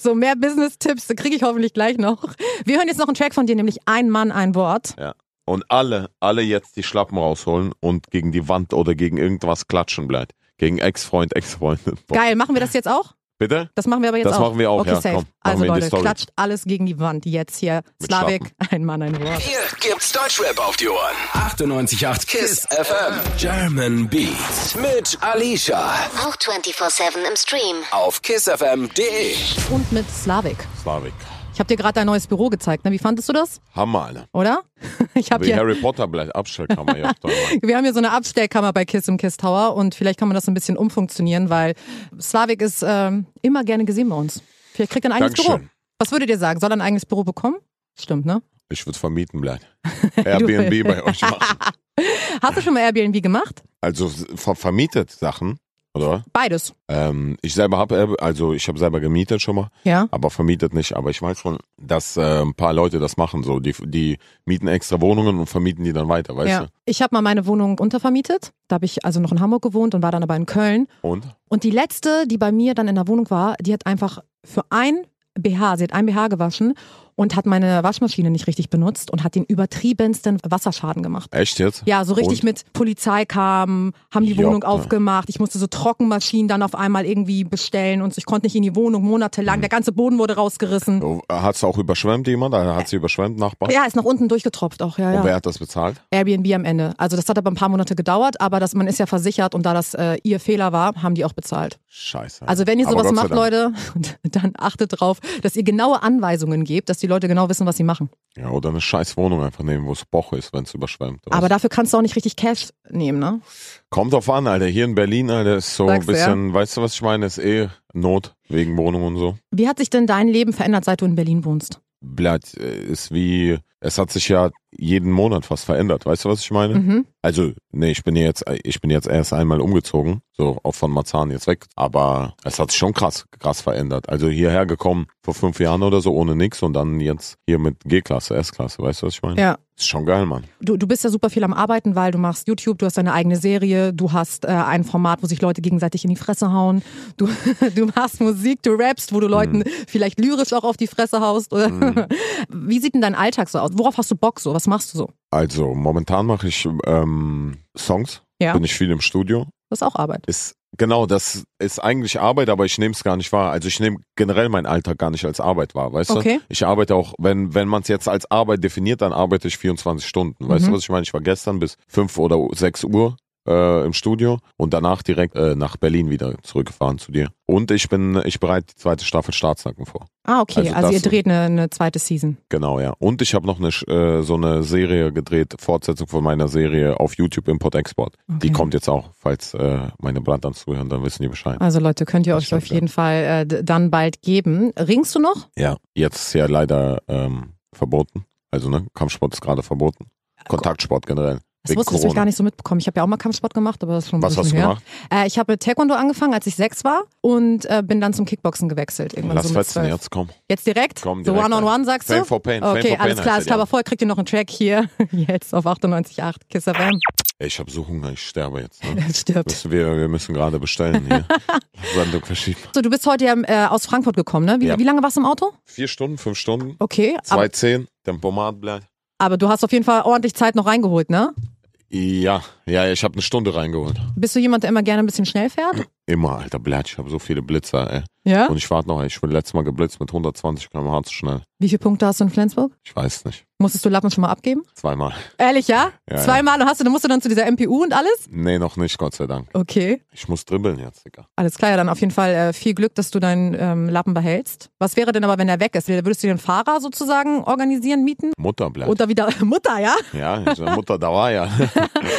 C: So, mehr Business-Tipps kriege ich hoffentlich gleich noch. Wir hören jetzt noch einen Track von dir, nämlich Ein Mann, ein Wort.
D: ja. Und alle, alle jetzt die Schlappen rausholen und gegen die Wand oder gegen irgendwas klatschen bleibt. Gegen Ex-Freund, Ex-Freundin.
C: Geil, machen wir das jetzt auch?
D: Bitte?
C: Das machen wir aber jetzt
D: Das
C: auch.
D: machen wir auch,
C: okay,
D: ja,
C: safe.
D: komm, machen
C: also
D: wir in die
C: Leute,
D: Story.
C: klatscht alles gegen die Wand. Jetzt hier,
D: Mit
C: Slavik, ein Mann, ein Wort.
A: Hier gibt's Deutschrap auf die Ohren. 98.8 KISS FM. German Beats. Mit Alicia.
B: Auch 24-7 im Stream.
A: Auf kissfm.de.
C: Und mit Slavik.
D: Slavik.
C: Ich habe dir gerade dein neues Büro gezeigt. Ne? Wie fandest du das?
D: Hammer, Alter.
C: Oder? Ich hab
D: Wie
C: hier,
D: Harry Potter bleibt. Abstellkammer. ja, toll, Mann.
C: wir haben hier so eine Abstellkammer bei Kiss im Kiss Tower und vielleicht kann man das ein bisschen umfunktionieren, weil Slavik ist ähm, immer gerne gesehen bei uns. Vielleicht kriegt er ein eigenes
D: Dankeschön.
C: Büro. Was würdet ihr sagen? Soll er ein eigenes Büro bekommen? Stimmt, ne?
D: ich würde vermieten bleiben. Airbnb bei euch machen.
C: Hast du schon mal Airbnb gemacht?
D: Also ver vermietet Sachen, oder?
C: Beides.
D: Ähm, ich selber habe, also ich habe selber gemietet schon mal.
C: Ja.
D: aber vermietet nicht. Aber ich weiß schon, dass äh, ein paar Leute das machen. So, die, die mieten extra Wohnungen und vermieten die dann weiter, weißt
C: ja. Ich habe mal meine Wohnung untervermietet. Da habe ich also noch in Hamburg gewohnt und war dann aber in Köln.
D: du? Und?
C: Und die letzte, die bei mir dann in der Wohnung war, die hat einfach für ein BH, sie hat ein BH gewaschen und hat meine Waschmaschine nicht richtig benutzt und hat den übertriebensten Wasserschaden gemacht.
D: Echt jetzt?
C: Ja, so richtig
D: Und?
C: mit Polizei kam, haben die
D: Joppe.
C: Wohnung aufgemacht. Ich musste so Trockenmaschinen dann auf einmal irgendwie bestellen und so. ich konnte nicht in die Wohnung monatelang. Der ganze Boden wurde rausgerissen.
D: Hm. Oh, Hat's auch überschwemmt jemand? Hat sie überschwemmt, Nachbar?
C: Ja, ist nach unten durchgetropft auch, ja,
D: Und wer
C: ja.
D: hat das bezahlt?
C: Airbnb am Ende. Also das hat aber ein paar Monate gedauert, aber das, man ist ja versichert und da das äh, ihr Fehler war, haben die auch bezahlt.
D: Scheiße.
C: Also wenn ihr
D: Aber
C: sowas
D: Gott sei
C: macht,
D: Dank.
C: Leute, dann achtet drauf, dass ihr genaue Anweisungen gebt, dass die Leute genau wissen, was sie machen.
D: Ja, oder eine scheiß Wohnung einfach nehmen, wo es Boche ist, wenn es überschwemmt.
C: Aber dafür kannst du auch nicht richtig Cash nehmen, ne?
D: Kommt drauf an, Alter. Hier in Berlin, Alter, ist so ein
C: Sagst du,
D: bisschen, weißt du, was ich meine? Ist eh Not wegen Wohnung und so.
C: Wie hat sich denn dein Leben verändert, seit du in Berlin wohnst?
D: Bleibt, äh, ist wie, es hat sich ja jeden Monat was verändert. Weißt du, was ich meine?
C: Mhm.
D: Also, nee, ich bin ja jetzt, ich bin jetzt erst einmal umgezogen, so auch von Marzahn jetzt weg. Aber es hat sich schon krass, krass verändert. Also hierher gekommen vor fünf Jahren oder so ohne nix und dann jetzt hier mit G-Klasse, S-Klasse, weißt du, was ich meine?
C: Ja.
D: Ist schon geil, Mann.
C: Du, du bist ja super viel am Arbeiten, weil du machst YouTube, du hast deine eigene Serie, du hast äh, ein Format, wo sich Leute gegenseitig in die Fresse hauen, du, du machst Musik, du rappst, wo du Leuten
D: Mhm.
C: vielleicht lyrisch auch auf die Fresse haust. Oder? Wie sieht denn dein Alltag so aus? Worauf hast du Bock so? Was machst du so?
D: Also momentan mache ich ähm, Songs,
C: Ja.
D: bin ich viel im Studio.
C: Das ist auch Arbeit.
D: Ist genau, das ist eigentlich Arbeit, aber ich nehme es gar nicht wahr. Also ich nehme generell meinen Alltag gar nicht als Arbeit wahr, weißt
C: Okay.
D: du? Ich arbeite auch, wenn wenn man es jetzt als Arbeit definiert, dann arbeite ich 24 Stunden. Weißt du, was ich meine? Ich war gestern bis 5 oder 6 Uhr äh, im Studio und danach direkt äh, nach Berlin wieder zurückgefahren zu dir. Und ich bin, ich bereite die zweite Staffel Staatsnacken vor.
C: Ah, okay.
D: Also
C: Also,
D: das
C: ihr
D: so.
C: dreht eine, eine zweite Season.
D: Genau, ja. Und ich habe noch eine, Sch- äh, so eine Serie gedreht, Fortsetzung von meiner Serie auf YouTube Import-Export. Die kommt jetzt auch, falls äh, meine Brandans zuhören, dann wissen die Bescheid.
C: Also Leute, könnt ihr
D: Das
C: euch auf
D: stimmt, ja.
C: jeden Fall äh, d- dann bald geben. Ringst du noch?
D: Ja. Jetzt ist ja leider ähm, verboten. Also, ne, Kampfsport ist gerade verboten. Kontaktsport generell.
C: Das wusste ich gar nicht so mitbekommen. Ich habe ja auch mal Kampfsport gemacht, aber das ist schon ein
D: Was
C: bisschen
D: hast du
C: her.
D: gemacht?
C: Äh, ich habe mit Taekwondo angefangen, als ich sechs war und äh, bin dann zum Kickboxen gewechselt. Irgendwann
D: Lass
C: so mit
D: fetzen
C: zwölf.
D: jetzt, komm.
C: Jetzt direkt?
D: Komm,
C: so
D: direkt
C: one on
D: ein.
C: one sagst du?
D: Fame for Pain, Fame
C: Okay,
D: for Pain
C: alles klar, ist
D: heißt der
C: klar, aber
D: Diamant.
C: vorher kriegt ihr noch einen Track hier. Jetzt auf 98,8 Kiss FM.
D: Ey, ich habe so Hunger, ich sterbe jetzt. Ne?
C: Es stirbt.
D: Müssen wir, wir müssen gerade bestellen hier. Sendung verschieben.
C: So, du bist heute ja äh, aus Frankfurt gekommen, ne? Wie,
D: Ja.
C: wie lange warst du im Auto?
D: Vier Stunden, fünf Stunden,
C: Okay, aber,
D: 2,10, Tempomat bleibt.
C: aber du hast auf jeden Fall ordentlich Zeit noch reingeholt, ne?
D: Ja, ja, ich habe eine Stunde reingeholt.
C: Bist du jemand, der immer gerne ein bisschen schnell fährt?
D: Immer, alter Blatt, ich habe so viele Blitzer, ey.
C: Ja?
D: Und ich warte noch, ey. ich bin letztes Mal geblitzt mit 120 km/h zu schnell.
C: Wie viele Punkte hast du in Flensburg?
D: Ich weiß nicht.
C: Musstest du Lappen schon mal abgeben?
D: Zweimal.
C: Ehrlich, ja?
D: Ja, ja.
C: Zweimal und hast du, dann musst du dann zu dieser MPU und alles?
D: Nee, noch nicht, Gott sei Dank.
C: Okay.
D: Ich muss dribbeln jetzt, Digga.
C: Alles klar, ja, dann auf jeden Fall äh, viel Glück, dass du deinen ähm, Lappen behältst. Was wäre denn aber, wenn er weg ist? Würdest du den Fahrer sozusagen organisieren, mieten?
D: Mutter bleibt.
C: Oder wieder Mutter, ja?
D: ja, ich sag, Mutter da war ja.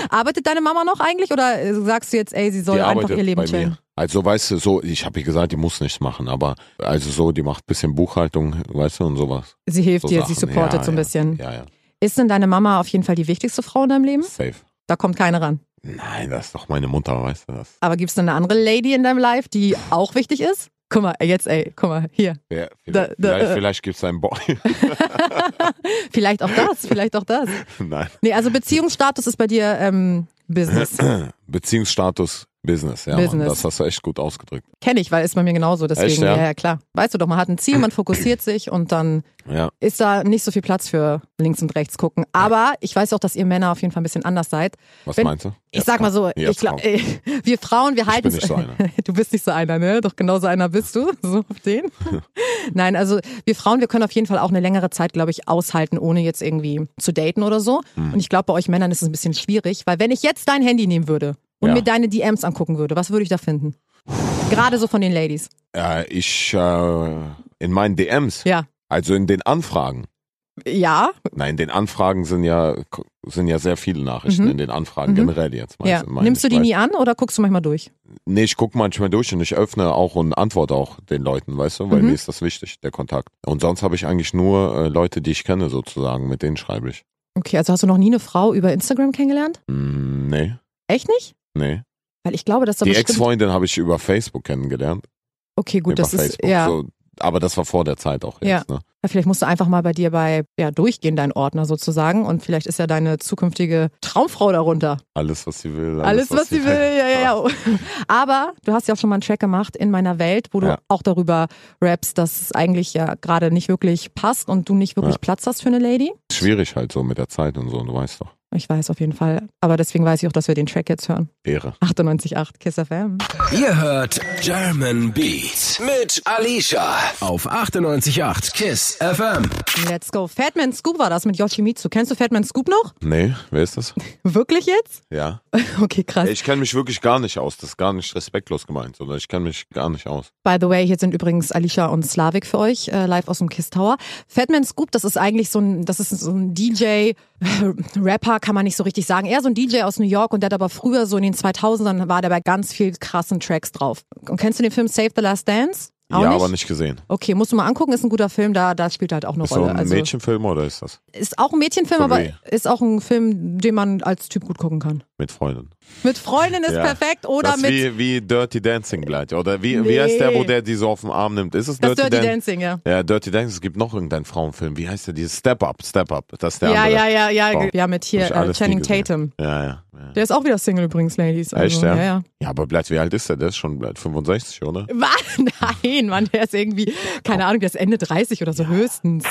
C: Arbeitet deine Mama noch eigentlich? Oder äh, sagst du jetzt, ey, sie soll
D: die
C: einfach
D: arbeitet
C: ihr Leben
D: bei
C: chillen?
D: mir. Also weißt du, so, ich habe ihr gesagt, die muss nichts machen, aber also so, die macht bisschen Buchhaltung, weißt du, und sowas.
C: Sie hilft
D: So
C: dir,
D: Sachen.
C: sie supportet
D: ja,
C: so ein
D: ja.
C: bisschen. Hm?
D: Ja, ja.
C: Ist denn deine Mama auf jeden Fall die wichtigste Frau in deinem Leben?
D: Safe.
C: Da kommt keine ran.
D: Nein, das ist doch meine Mutter, weißt du das?
C: Aber gibt es denn eine andere Lady in deinem Life, die auch wichtig ist? Guck mal, jetzt, ey, guck mal, hier.
D: Ja,
C: Da-
D: vielleicht,
C: da-
D: vielleicht,
C: äh.
D: vielleicht gibt's einen Boy.
C: Vielleicht auch das, vielleicht auch das.
D: Nein.
C: Nee, also Beziehungsstatus ist bei dir ähm, Business.
D: Beziehungsstatus Business, ja. Mann,
C: Business.
D: das hast du echt gut ausgedrückt.
C: Kenne ich, weil ist bei mir genauso. Deswegen,
D: Echt, ja?
C: ja? ja, klar. Weißt du doch, man hat ein Ziel, man fokussiert sich und dann
D: Ja.
C: ist da nicht so viel Platz für links und rechts gucken. Aber ich weiß auch, dass ihr Männer auf jeden Fall ein bisschen anders seid.
D: Was
C: Wenn-
D: meinst du?
C: Ich sag mal so, ich
D: Jetzt
C: glaub, äh,
D: komm.
C: wir Frauen, wir halten
D: nicht so einer.
C: Du bist nicht so einer, ne? Doch genau so einer bist du, so auf den. Nein, also wir Frauen, wir können auf jeden Fall auch eine längere Zeit, glaube ich, aushalten, ohne jetzt irgendwie zu daten oder so.
D: Mhm.
C: Und ich glaube, bei euch Männern ist es ein bisschen schwierig, weil wenn ich jetzt dein Handy nehmen würde und
D: Ja.
C: mir deine DMs angucken würde, was würde ich da finden? Gerade so von den Ladies.
D: Äh, ich äh, in meinen DMs,
C: Ja.
D: also in den Anfragen.
C: Ja,
D: Nein, in den Anfragen sind ja sind ja sehr viele Nachrichten
C: Mhm.
D: in den Anfragen
C: Mhm.
D: generell jetzt. meinst
C: ja.
D: du, meine
C: Nimmst du
D: ich,
C: die
D: weißt-
C: nie an oder guckst du manchmal durch?
D: Nee, ich gucke manchmal durch und ich öffne auch und antworte auch den Leuten, weißt du, weil
C: Mhm.
D: mir ist das wichtig, der Kontakt. Und sonst habe ich eigentlich nur äh, Leute, die ich kenne sozusagen, mit denen schreibe ich.
C: Okay, also hast du noch nie eine Frau über Instagram kennengelernt?
D: Mm, nee,
C: Echt nicht?
D: nee.
C: Weil ich glaube, dass da
D: Die
C: bestimmt.
D: Ex-Freundin habe ich über Facebook kennengelernt.
C: Okay, gut,
D: über
C: das ist
D: Facebook.
C: ja.
D: So, aber das war vor der Zeit auch jetzt.
C: Ja.
D: Ne?
C: Ja, Vielleicht musst du einfach mal bei dir bei ja, durchgehen, deinen Ordner sozusagen. Und vielleicht ist ja deine zukünftige Traumfrau darunter.
D: Alles, was sie will.
C: Alles, was, sie will. Ja, ja, ja. Aber du hast ja auch schon mal einen Track gemacht in meiner Welt, wo du
D: Ja.
C: auch darüber rappst, dass es eigentlich ja gerade nicht wirklich passt und du nicht wirklich
D: Ja.
C: Platz hast für eine Lady.
D: Schwierig halt so mit der Zeit und so, und du weißt doch.
C: Ich weiß auf jeden Fall. Aber deswegen weiß ich auch, dass wir den Track jetzt hören.
D: Ehre.
C: 98.8 Kiss FM.
A: Ihr hört German Beat mit Alicia auf 98.8 Kiss FM.
C: Let's go. Fatman Scoop war das mit Yoshimitsu. Kennst du Fatman Scoop noch?
D: Nee, wer ist das?
C: Wirklich jetzt?
D: Ja.
C: Okay, krass.
D: Ich kenne mich wirklich gar nicht aus. Das ist gar nicht respektlos gemeint, sondern ich kenne mich gar nicht aus.
C: By the way, hier sind übrigens Alicia und Slavik für euch, äh, live aus dem Kiss Tower. Fatman Scoop, das ist eigentlich so ein, das ist so ein DJ, Rapper kann man nicht so richtig sagen. Er ist so ein DJ aus New York und der hat aber früher so in den 2000ern war der bei ganz viel krassen Tracks drauf. Und kennst du den Film Save the Last Dance? Auch
D: ja,
C: nicht?
D: aber nicht gesehen.
C: Okay, musst du mal angucken, ist ein guter Film, da, da spielt er halt auch eine
D: Ist so
C: Rolle.
D: ein
C: also,
D: Mädchenfilm oder ist das?
C: ist auch ein Mädchenfilm,
D: Von
C: aber
D: Ray.
C: ist auch ein Film, den man als Typ gut gucken kann.
D: Mit Freunden.
C: Mit Freundin ist
D: Ja.
C: perfekt oder
D: das ist
C: mit
D: wie, wie Dirty Dancing gleich. Oder wie, wie heißt der, wo
C: Nee.
D: der die so auf den Arm nimmt? Ist es
C: das
D: Dirty,
C: Dirty
D: Dan-
C: Dancing, ja.
D: Ja, Dirty Dancing. Es gibt noch irgendeinen Frauenfilm. Wie heißt der? Dieses Step Up, Step Up. Das ist der
C: Ja,
D: andere.
C: ja, ja, ja,
D: Wow.
C: ja, mit hier
D: Hab ich
C: äh,
D: alles nie
C: Channing
D: gesehen.
C: Tatum.
D: Ja, ja. ja.
C: Der ist auch wieder Single übrigens, Ladies. Also,
D: Echt, ja?
C: ja, ja.
D: Ja, aber bleibt, wie alt ist der? Der ist schon bleibt 65, oder?
C: Was? Nein, Mann, der ist irgendwie, keine Ahnung, der ist Ende 30 oder so höchstens.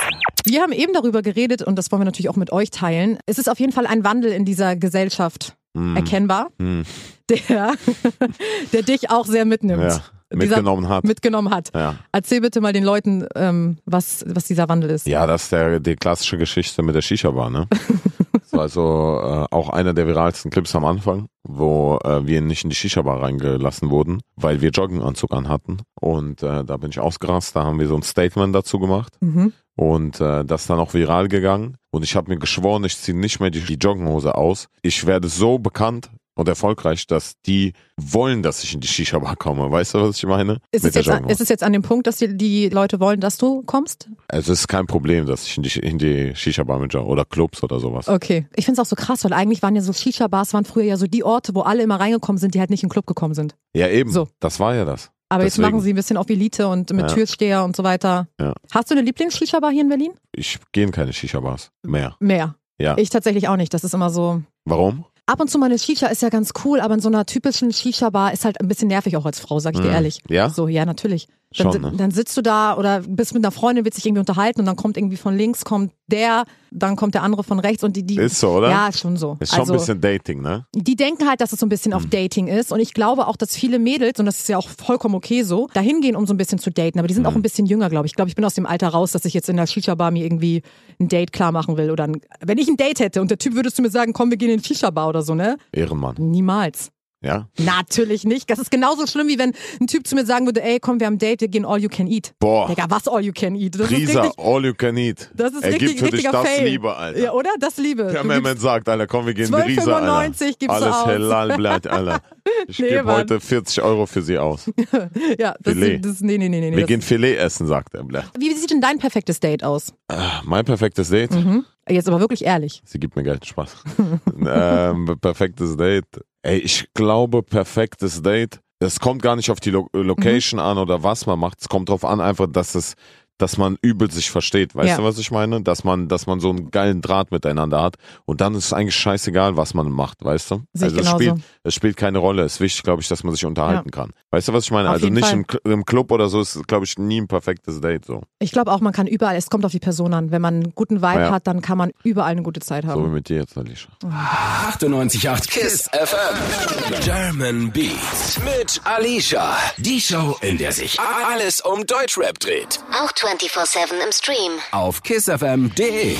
C: Wir haben eben darüber geredet und das wollen wir natürlich auch mit euch teilen. Es ist auf jeden Fall ein Wandel in dieser Gesellschaft erkennbar,
D: Hm.
C: der, der dich auch sehr mitnimmt.
D: Ja. Mitgenommen hat.
C: Dieser, mitgenommen hat.
D: Ja.
C: Erzähl bitte mal den Leuten, ähm, was, was dieser Wandel ist.
D: Ja, das ist der, die klassische Geschichte mit der Shisha-Bar, ne? Das war also äh, auch einer der viralsten Clips am Anfang, wo äh, wir nicht in die Shisha-Bar reingelassen wurden, weil wir Jogginganzug anhatten. Und äh, da bin ich ausgerastet, da haben wir so ein Statement dazu gemacht.
C: Mhm.
D: Und äh, das ist dann auch viral gegangen. Und ich habe mir geschworen, ich ziehe nicht mehr die, die Joggenhose aus. Ich werde so bekannt und erfolgreich, dass die wollen, dass ich in die Shisha-Bar komme. Weißt du, was ich meine?
C: Ist, es jetzt, an- ist es jetzt an dem Punkt, dass die, die Leute wollen, dass du kommst?
D: Also, Es ist kein Problem, dass ich in die, in die Shisha-Bar mit Joggen oder Clubs oder sowas.
C: Okay. Ich finde es auch so krass, weil eigentlich waren ja so Shisha-Bars, waren früher ja so die Orte, wo alle immer reingekommen sind, die halt nicht in den Club gekommen sind.
D: Ja, eben.
C: So.
D: Das war ja das.
C: Aber
D: Deswegen.
C: jetzt machen sie ein bisschen auf Elite und mit
D: Ja.
C: Türsteher und so weiter.
D: Ja.
C: Hast du eine Lieblings-Shisha-Bar hier in Berlin?
D: Ich gehe in keine Shisha-Bars mehr.
C: Mehr.
D: Ja.
C: Ich tatsächlich auch nicht. Das ist immer so.
D: Warum?
C: Ab und zu mal eine Shisha ist ja ganz cool, aber in so einer typischen Shisha-Bar ist halt ein bisschen nervig auch als Frau, sag ich dir
D: Mhm.
C: ehrlich.
D: Ja?
C: So, ja, natürlich. Dann,
D: Schon,
C: si-
D: ne?
C: dann sitzt du da oder bist mit einer Freundin, wird sich irgendwie unterhalten und dann kommt irgendwie von links kommt der, dann kommt der andere von rechts und die, die.
D: Ist so, oder?
C: Ja, ist schon so.
D: Ist schon
C: also,
D: ein bisschen Dating, ne?
C: die denken halt, dass es so ein bisschen
D: Hm.
C: auf Dating ist. Und ich glaube auch, dass viele Mädels, und das ist ja auch vollkommen okay so, dahin gehen, um so ein bisschen zu daten. Aber die
D: Hm.
C: sind auch ein bisschen jünger, glaube ich. Ich glaube, ich bin aus dem Alter raus, dass ich jetzt in der Shisha-Bar mir irgendwie ein Date klar machen will. Oder ein, wenn ich ein Date hätte und der Typ würdest du mir sagen, komm, wir gehen in die Shisha-Bar oder so, ne?
D: Ehrenmann.
C: Niemals.
D: Ja?
C: Natürlich nicht. Das ist genauso schlimm, wie wenn ein Typ zu mir sagen würde, ey, komm, wir haben ein Date, wir gehen all you can eat.
D: Boah.
C: Digga, was all you can eat? Das ist
D: Risa,
C: richtig,
D: all you can eat.
C: das ist
D: er
C: richtig,
D: gibt für dich
C: richtiger
D: das
C: Fail.
D: Liebe, Alter.
C: Ja, oder? Das Liebe.
D: der
C: Du
D: Moment sagt, Alter, komm, wir gehen in die Risa,
C: 12,95
D: Alter.
C: gibst du
D: Alles
C: aus.
D: halal bleibt, Alter. Ich
C: Nee,
D: gebe
C: Mann.
D: heute 40 Euro für sie aus.
C: gibst- ja, das,
D: Filet.
C: das, nee, nee, nee, nee.
D: Wir
C: das-
D: gehen Filet essen, sagt er. Bla.
C: Wie sieht denn dein perfektes Date aus?
D: Ah, Mein perfektes Date.
C: Mhm. Jetzt aber wirklich ehrlich.
D: Sie gibt mir Geld, Spaß. ähm, perfektes Date. Ey, ich glaube, perfektes Date. Es kommt gar nicht auf die Lo äh, Location an oder was man macht. Es kommt drauf an, einfach, dass es, dass man übel sich versteht. Weißt
C: Ja.
D: du, was ich meine? Dass man, dass man so einen geilen Draht miteinander hat. Und dann ist es eigentlich scheißegal, was man macht, weißt du? Also
C: Sehe ich
D: es
C: genauso.
D: spielt, es spielt keine Rolle. Es ist wichtig, glaube ich, dass man sich unterhalten kann. Weißt du, was ich meine?
C: Auf
D: also
C: jeden
D: nicht
C: Fall.
D: im, Cl- im Club oder so ist, glaube ich, nie ein perfektes Date. So,
C: Ich glaube auch, man kann überall, es kommt auf die Person an. Wenn man einen guten Vibe
D: Ja.
C: hat, dann kann man überall eine gute Zeit
D: so wie
C: haben.
D: mit dir jetzt, Alicia.
A: 98.8 Kiss FM. German Beat mit Alicia. Die Show, in der sich alles um Deutschrap dreht.
B: Auch 24-7 im Stream.
A: Auf kissfm.de.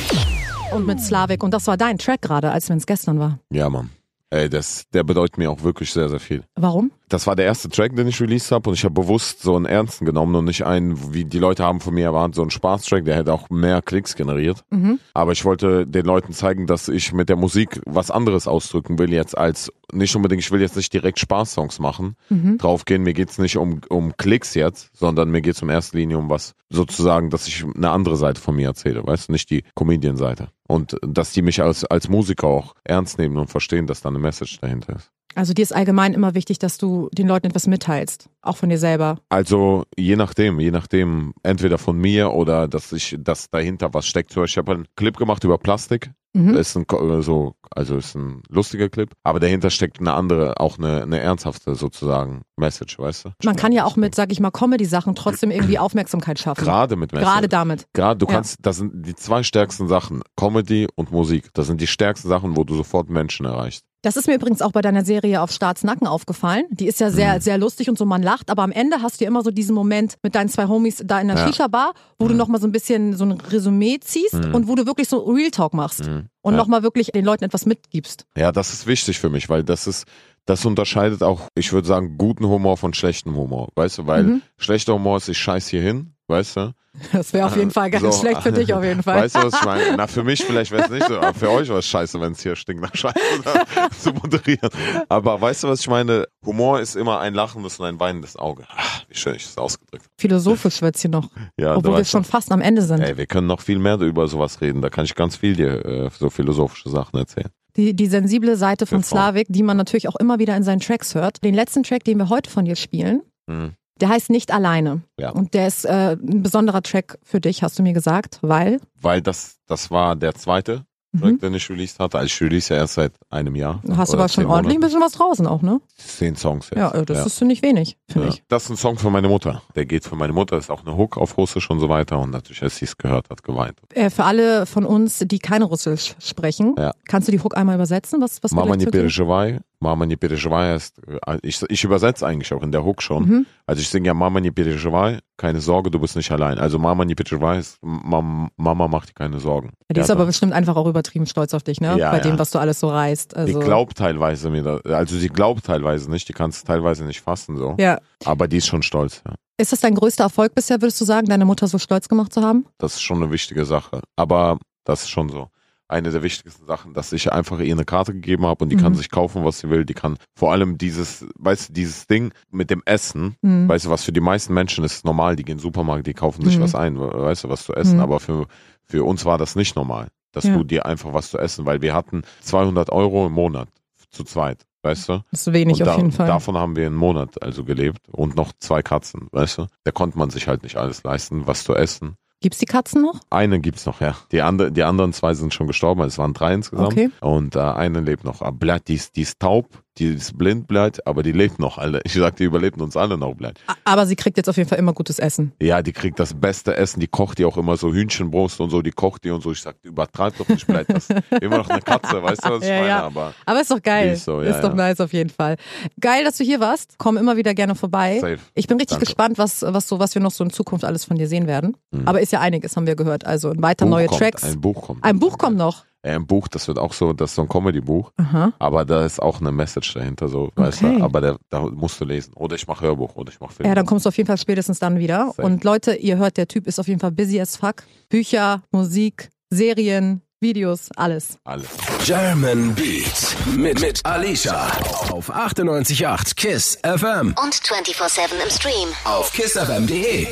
C: Und mit Slavik. Und das war dein Track gerade, als wenn es gestern war.
D: Ja, Mann. Ey, das, der bedeutet mir auch wirklich sehr, sehr viel.
C: Warum?
D: Das war der erste Track, den ich released habe und ich habe bewusst so einen ernsten genommen und nicht einen, wie die Leute haben von mir erwartet, so einen Spaßtrack, der hätte auch mehr Klicks generiert. Aber ich wollte den Leuten zeigen, dass ich mit der Musik was anderes ausdrücken will jetzt als nicht unbedingt, ich will jetzt nicht direkt Spaßsongs machen, draufgehen. Mir geht's nicht um, um Klicks jetzt, sondern mir geht's um erster Linie um was sozusagen, dass ich eine andere Seite von mir erzähle, weißt du, nicht die Comedian-Seite. Und dass die mich als, als Musiker auch ernst nehmen und verstehen, dass da eine Message dahinter ist.
C: Also dir ist allgemein immer wichtig, dass du den Leuten etwas mitteilst, auch von dir selber.
D: Also je nachdem, je nachdem, entweder von mir oder dass ich, dass dahinter was steckt. Zum Beispiel, ich habe einen Clip gemacht über Plastik.
C: Mhm.
D: Ist ein, Ko- äh, so, also ist ein lustiger Clip, aber dahinter steckt eine andere, auch eine, eine ernsthafte sozusagen Message, weißt du?
C: Man kann ja auch mit, sag ich mal, Comedy-Sachen trotzdem irgendwie Aufmerksamkeit schaffen.
D: Gerade mit Message.
C: Gerade damit.
D: Gerade, du
C: Ja.
D: kannst, das sind die zwei stärksten Sachen, Comedy und Musik. Das sind die stärksten Sachen, wo du sofort Menschen erreichst.
C: Das ist mir übrigens auch bei deiner Serie auf Staatsnacken aufgefallen. Die ist ja
D: Mhm.
C: sehr, sehr lustig und so, man lacht, aber am Ende hast du ja immer so diesen Moment mit deinen zwei Homies da in der
D: Ja. Mhm.
C: Shisha-Bar, wo du nochmal so ein bisschen so ein Resümee ziehst und wo du wirklich so Real Talk machst und
D: Mhm. Ja.
C: nochmal wirklich den Leuten etwas mitgibst.
D: Ja, das ist wichtig für mich, weil das ist, das unterscheidet auch, ich würde sagen, guten Humor von schlechtem Humor, weißt du, weil
C: Mhm.
D: schlechter Humor ist, ich scheiß hier hin, weißt du?
C: Das wäre auf jeden Fall ganz
D: Äh, So.
C: schlecht für dich auf jeden Fall.
D: Weißt du, was ich meine? Na, für mich vielleicht wäre es nicht so, aber für euch war es scheiße, wenn es hier stinkt nach Scheiße dann zu moderieren. Aber weißt du, was ich meine? Humor ist immer ein lachendes und ein weinendes Auge. Ah, wie schön ich das ausgedrückt habe.
C: Philosophisch wird's hier noch,
D: Ja,
C: obwohl
D: du
C: wir
D: weißt
C: schon fast am Ende sind.
D: Ey, wir können noch viel mehr über sowas reden. Da kann ich ganz viel dir äh, so philosophische Sachen erzählen.
C: Die, die sensible Seite von
D: Für Frauen.
C: Slavik, die man natürlich auch immer wieder in seinen Tracks hört. Den letzten Track, den wir heute von dir spielen,
D: Mhm.
C: der heißt Nicht alleine.
D: Ja.
C: Und der ist äh, ein besonderer Track für dich, hast du mir gesagt, weil
D: Weil das, das war der zweite Track, den ich released hatte. Also ich release ja erst seit einem Jahr.
C: du Mhm. hast
D: Oder
C: aber schon
D: zehn
C: ordentlich ein
D: Monaten.
C: bisschen was draußen auch, ne?
D: Zehn Songs jetzt.
C: Ja, äh, das ist nicht wenig, finde
D: Ja.
C: ich.
D: Das ist ein Song für meine Mutter. Der geht für meine Mutter, ist auch eine Hook auf Russisch und so weiter. Und natürlich, als sie es gehört hat, geweint.
C: Äh, für alle von uns, die kein Russisch sprechen,
D: Ja.
C: kannst du die Hook einmal übersetzen? Was, was
D: Mama
C: vielleicht
D: nie
C: für die-
D: переживай, Mama nie переживай ist, äh, ich, ich übersetze eigentlich auch in der Hook schon.
C: Mhm.
D: Also ich singe ja Mama nie переживай, keine Sorge, du bist nicht allein. Also Mama nie переживай ist, Mama, Mama macht dir keine Sorgen.
C: Die ist
D: Ja,
C: aber bestimmt einfach auch übertrieben stolz auf dich, ne?
D: Ja,
C: Bei
D: ja.
C: dem, was du alles so reißt. Also,
D: die glaubt teilweise mir, das, also sie glaubt teilweise nicht, die kann es teilweise nicht fassen so.
C: ja.
D: Aber die ist schon stolz, ja.
C: Ist das dein größter Erfolg bisher, würdest du sagen, deine Mutter so stolz gemacht zu haben?
D: Das ist schon eine wichtige Sache. Aber das ist schon so. Eine der wichtigsten Sachen, dass ich einfach ihr eine Karte gegeben habe und die
C: Mhm.
D: kann sich kaufen, was sie will. Die kann vor allem dieses, weißt du, dieses Ding mit dem Essen,
C: Mhm.
D: weißt du, was für die meisten Menschen ist normal. Die gehen in den Supermarkt, die kaufen sich
C: Mhm.
D: was ein, weißt du, was zu essen.
C: Mhm.
D: Aber für, für uns war das nicht normal, dass
C: Ja.
D: du dir einfach was zu essen, weil wir hatten 200 Euro im Monat zu zweit, weißt du?
C: Das ist wenig
D: und
C: auf
D: da-
C: jeden Fall.
D: davon haben wir einen Monat also gelebt und noch zwei Katzen, weißt du? Da konnte man sich halt nicht alles leisten, was zu essen.
C: Gibt's die Katzen noch?
D: Eine gibt's noch, ja. Die, andere, die anderen zwei sind schon gestorben, also es waren drei insgesamt.
C: Okay.
D: Und äh, eine lebt noch. Aber Blatt, die ist, die ist taub, die ist blind, Blatt, aber die lebt noch alle. Ich sag, die überleben uns alle noch, Blatt.
C: A- Aber sie kriegt jetzt auf jeden Fall immer gutes Essen.
D: Ja, die kriegt das beste Essen, die kocht die auch immer so Hühnchenbrust und so, die kocht die und so. Ich sag, die übertreibt doch nicht, Blatt, das ist immer noch eine Katze, weißt du, was ich
C: Ja,
D: meine?
C: ja.
D: Aber
C: Aber ist doch geil.
D: Die ist so, ja,
C: doch
D: ja.
C: nice auf jeden Fall. Geil, dass du hier warst. Komm immer wieder gerne vorbei.
D: Safe.
C: Ich bin richtig
D: Danke. Mhm.
C: gespannt, was, was, so, was wir noch so in Zukunft alles von dir sehen werden. Aber ist ja einiges, haben wir gehört. Also weiter
D: Buch
C: neue
D: kommt,
C: Tracks.
D: Ein
C: Ein,
D: Buch kommt.
C: Buch kommt noch.
D: Äh, ein Buch, das wird auch so, das ist so ein Comedy-Buch.
C: Aha.
D: Aber da ist auch eine Message dahinter, so, weißt
C: Okay.
D: du, aber da, da musst du lesen. Oder ich mache Hörbuch oder ich mache Film.
C: Ja, dann kommst du auf jeden Fall spätestens dann wieder.
D: Safe.
C: Und Leute, ihr hört, der Typ ist auf jeden Fall busy as fuck. Bücher, Musik, Serien, Videos, alles.
D: Alles.
A: German Beat mit, mit Alicia auf 98.8 KISS FM
B: Und 24-7 im Stream.
A: auf kissfm.de.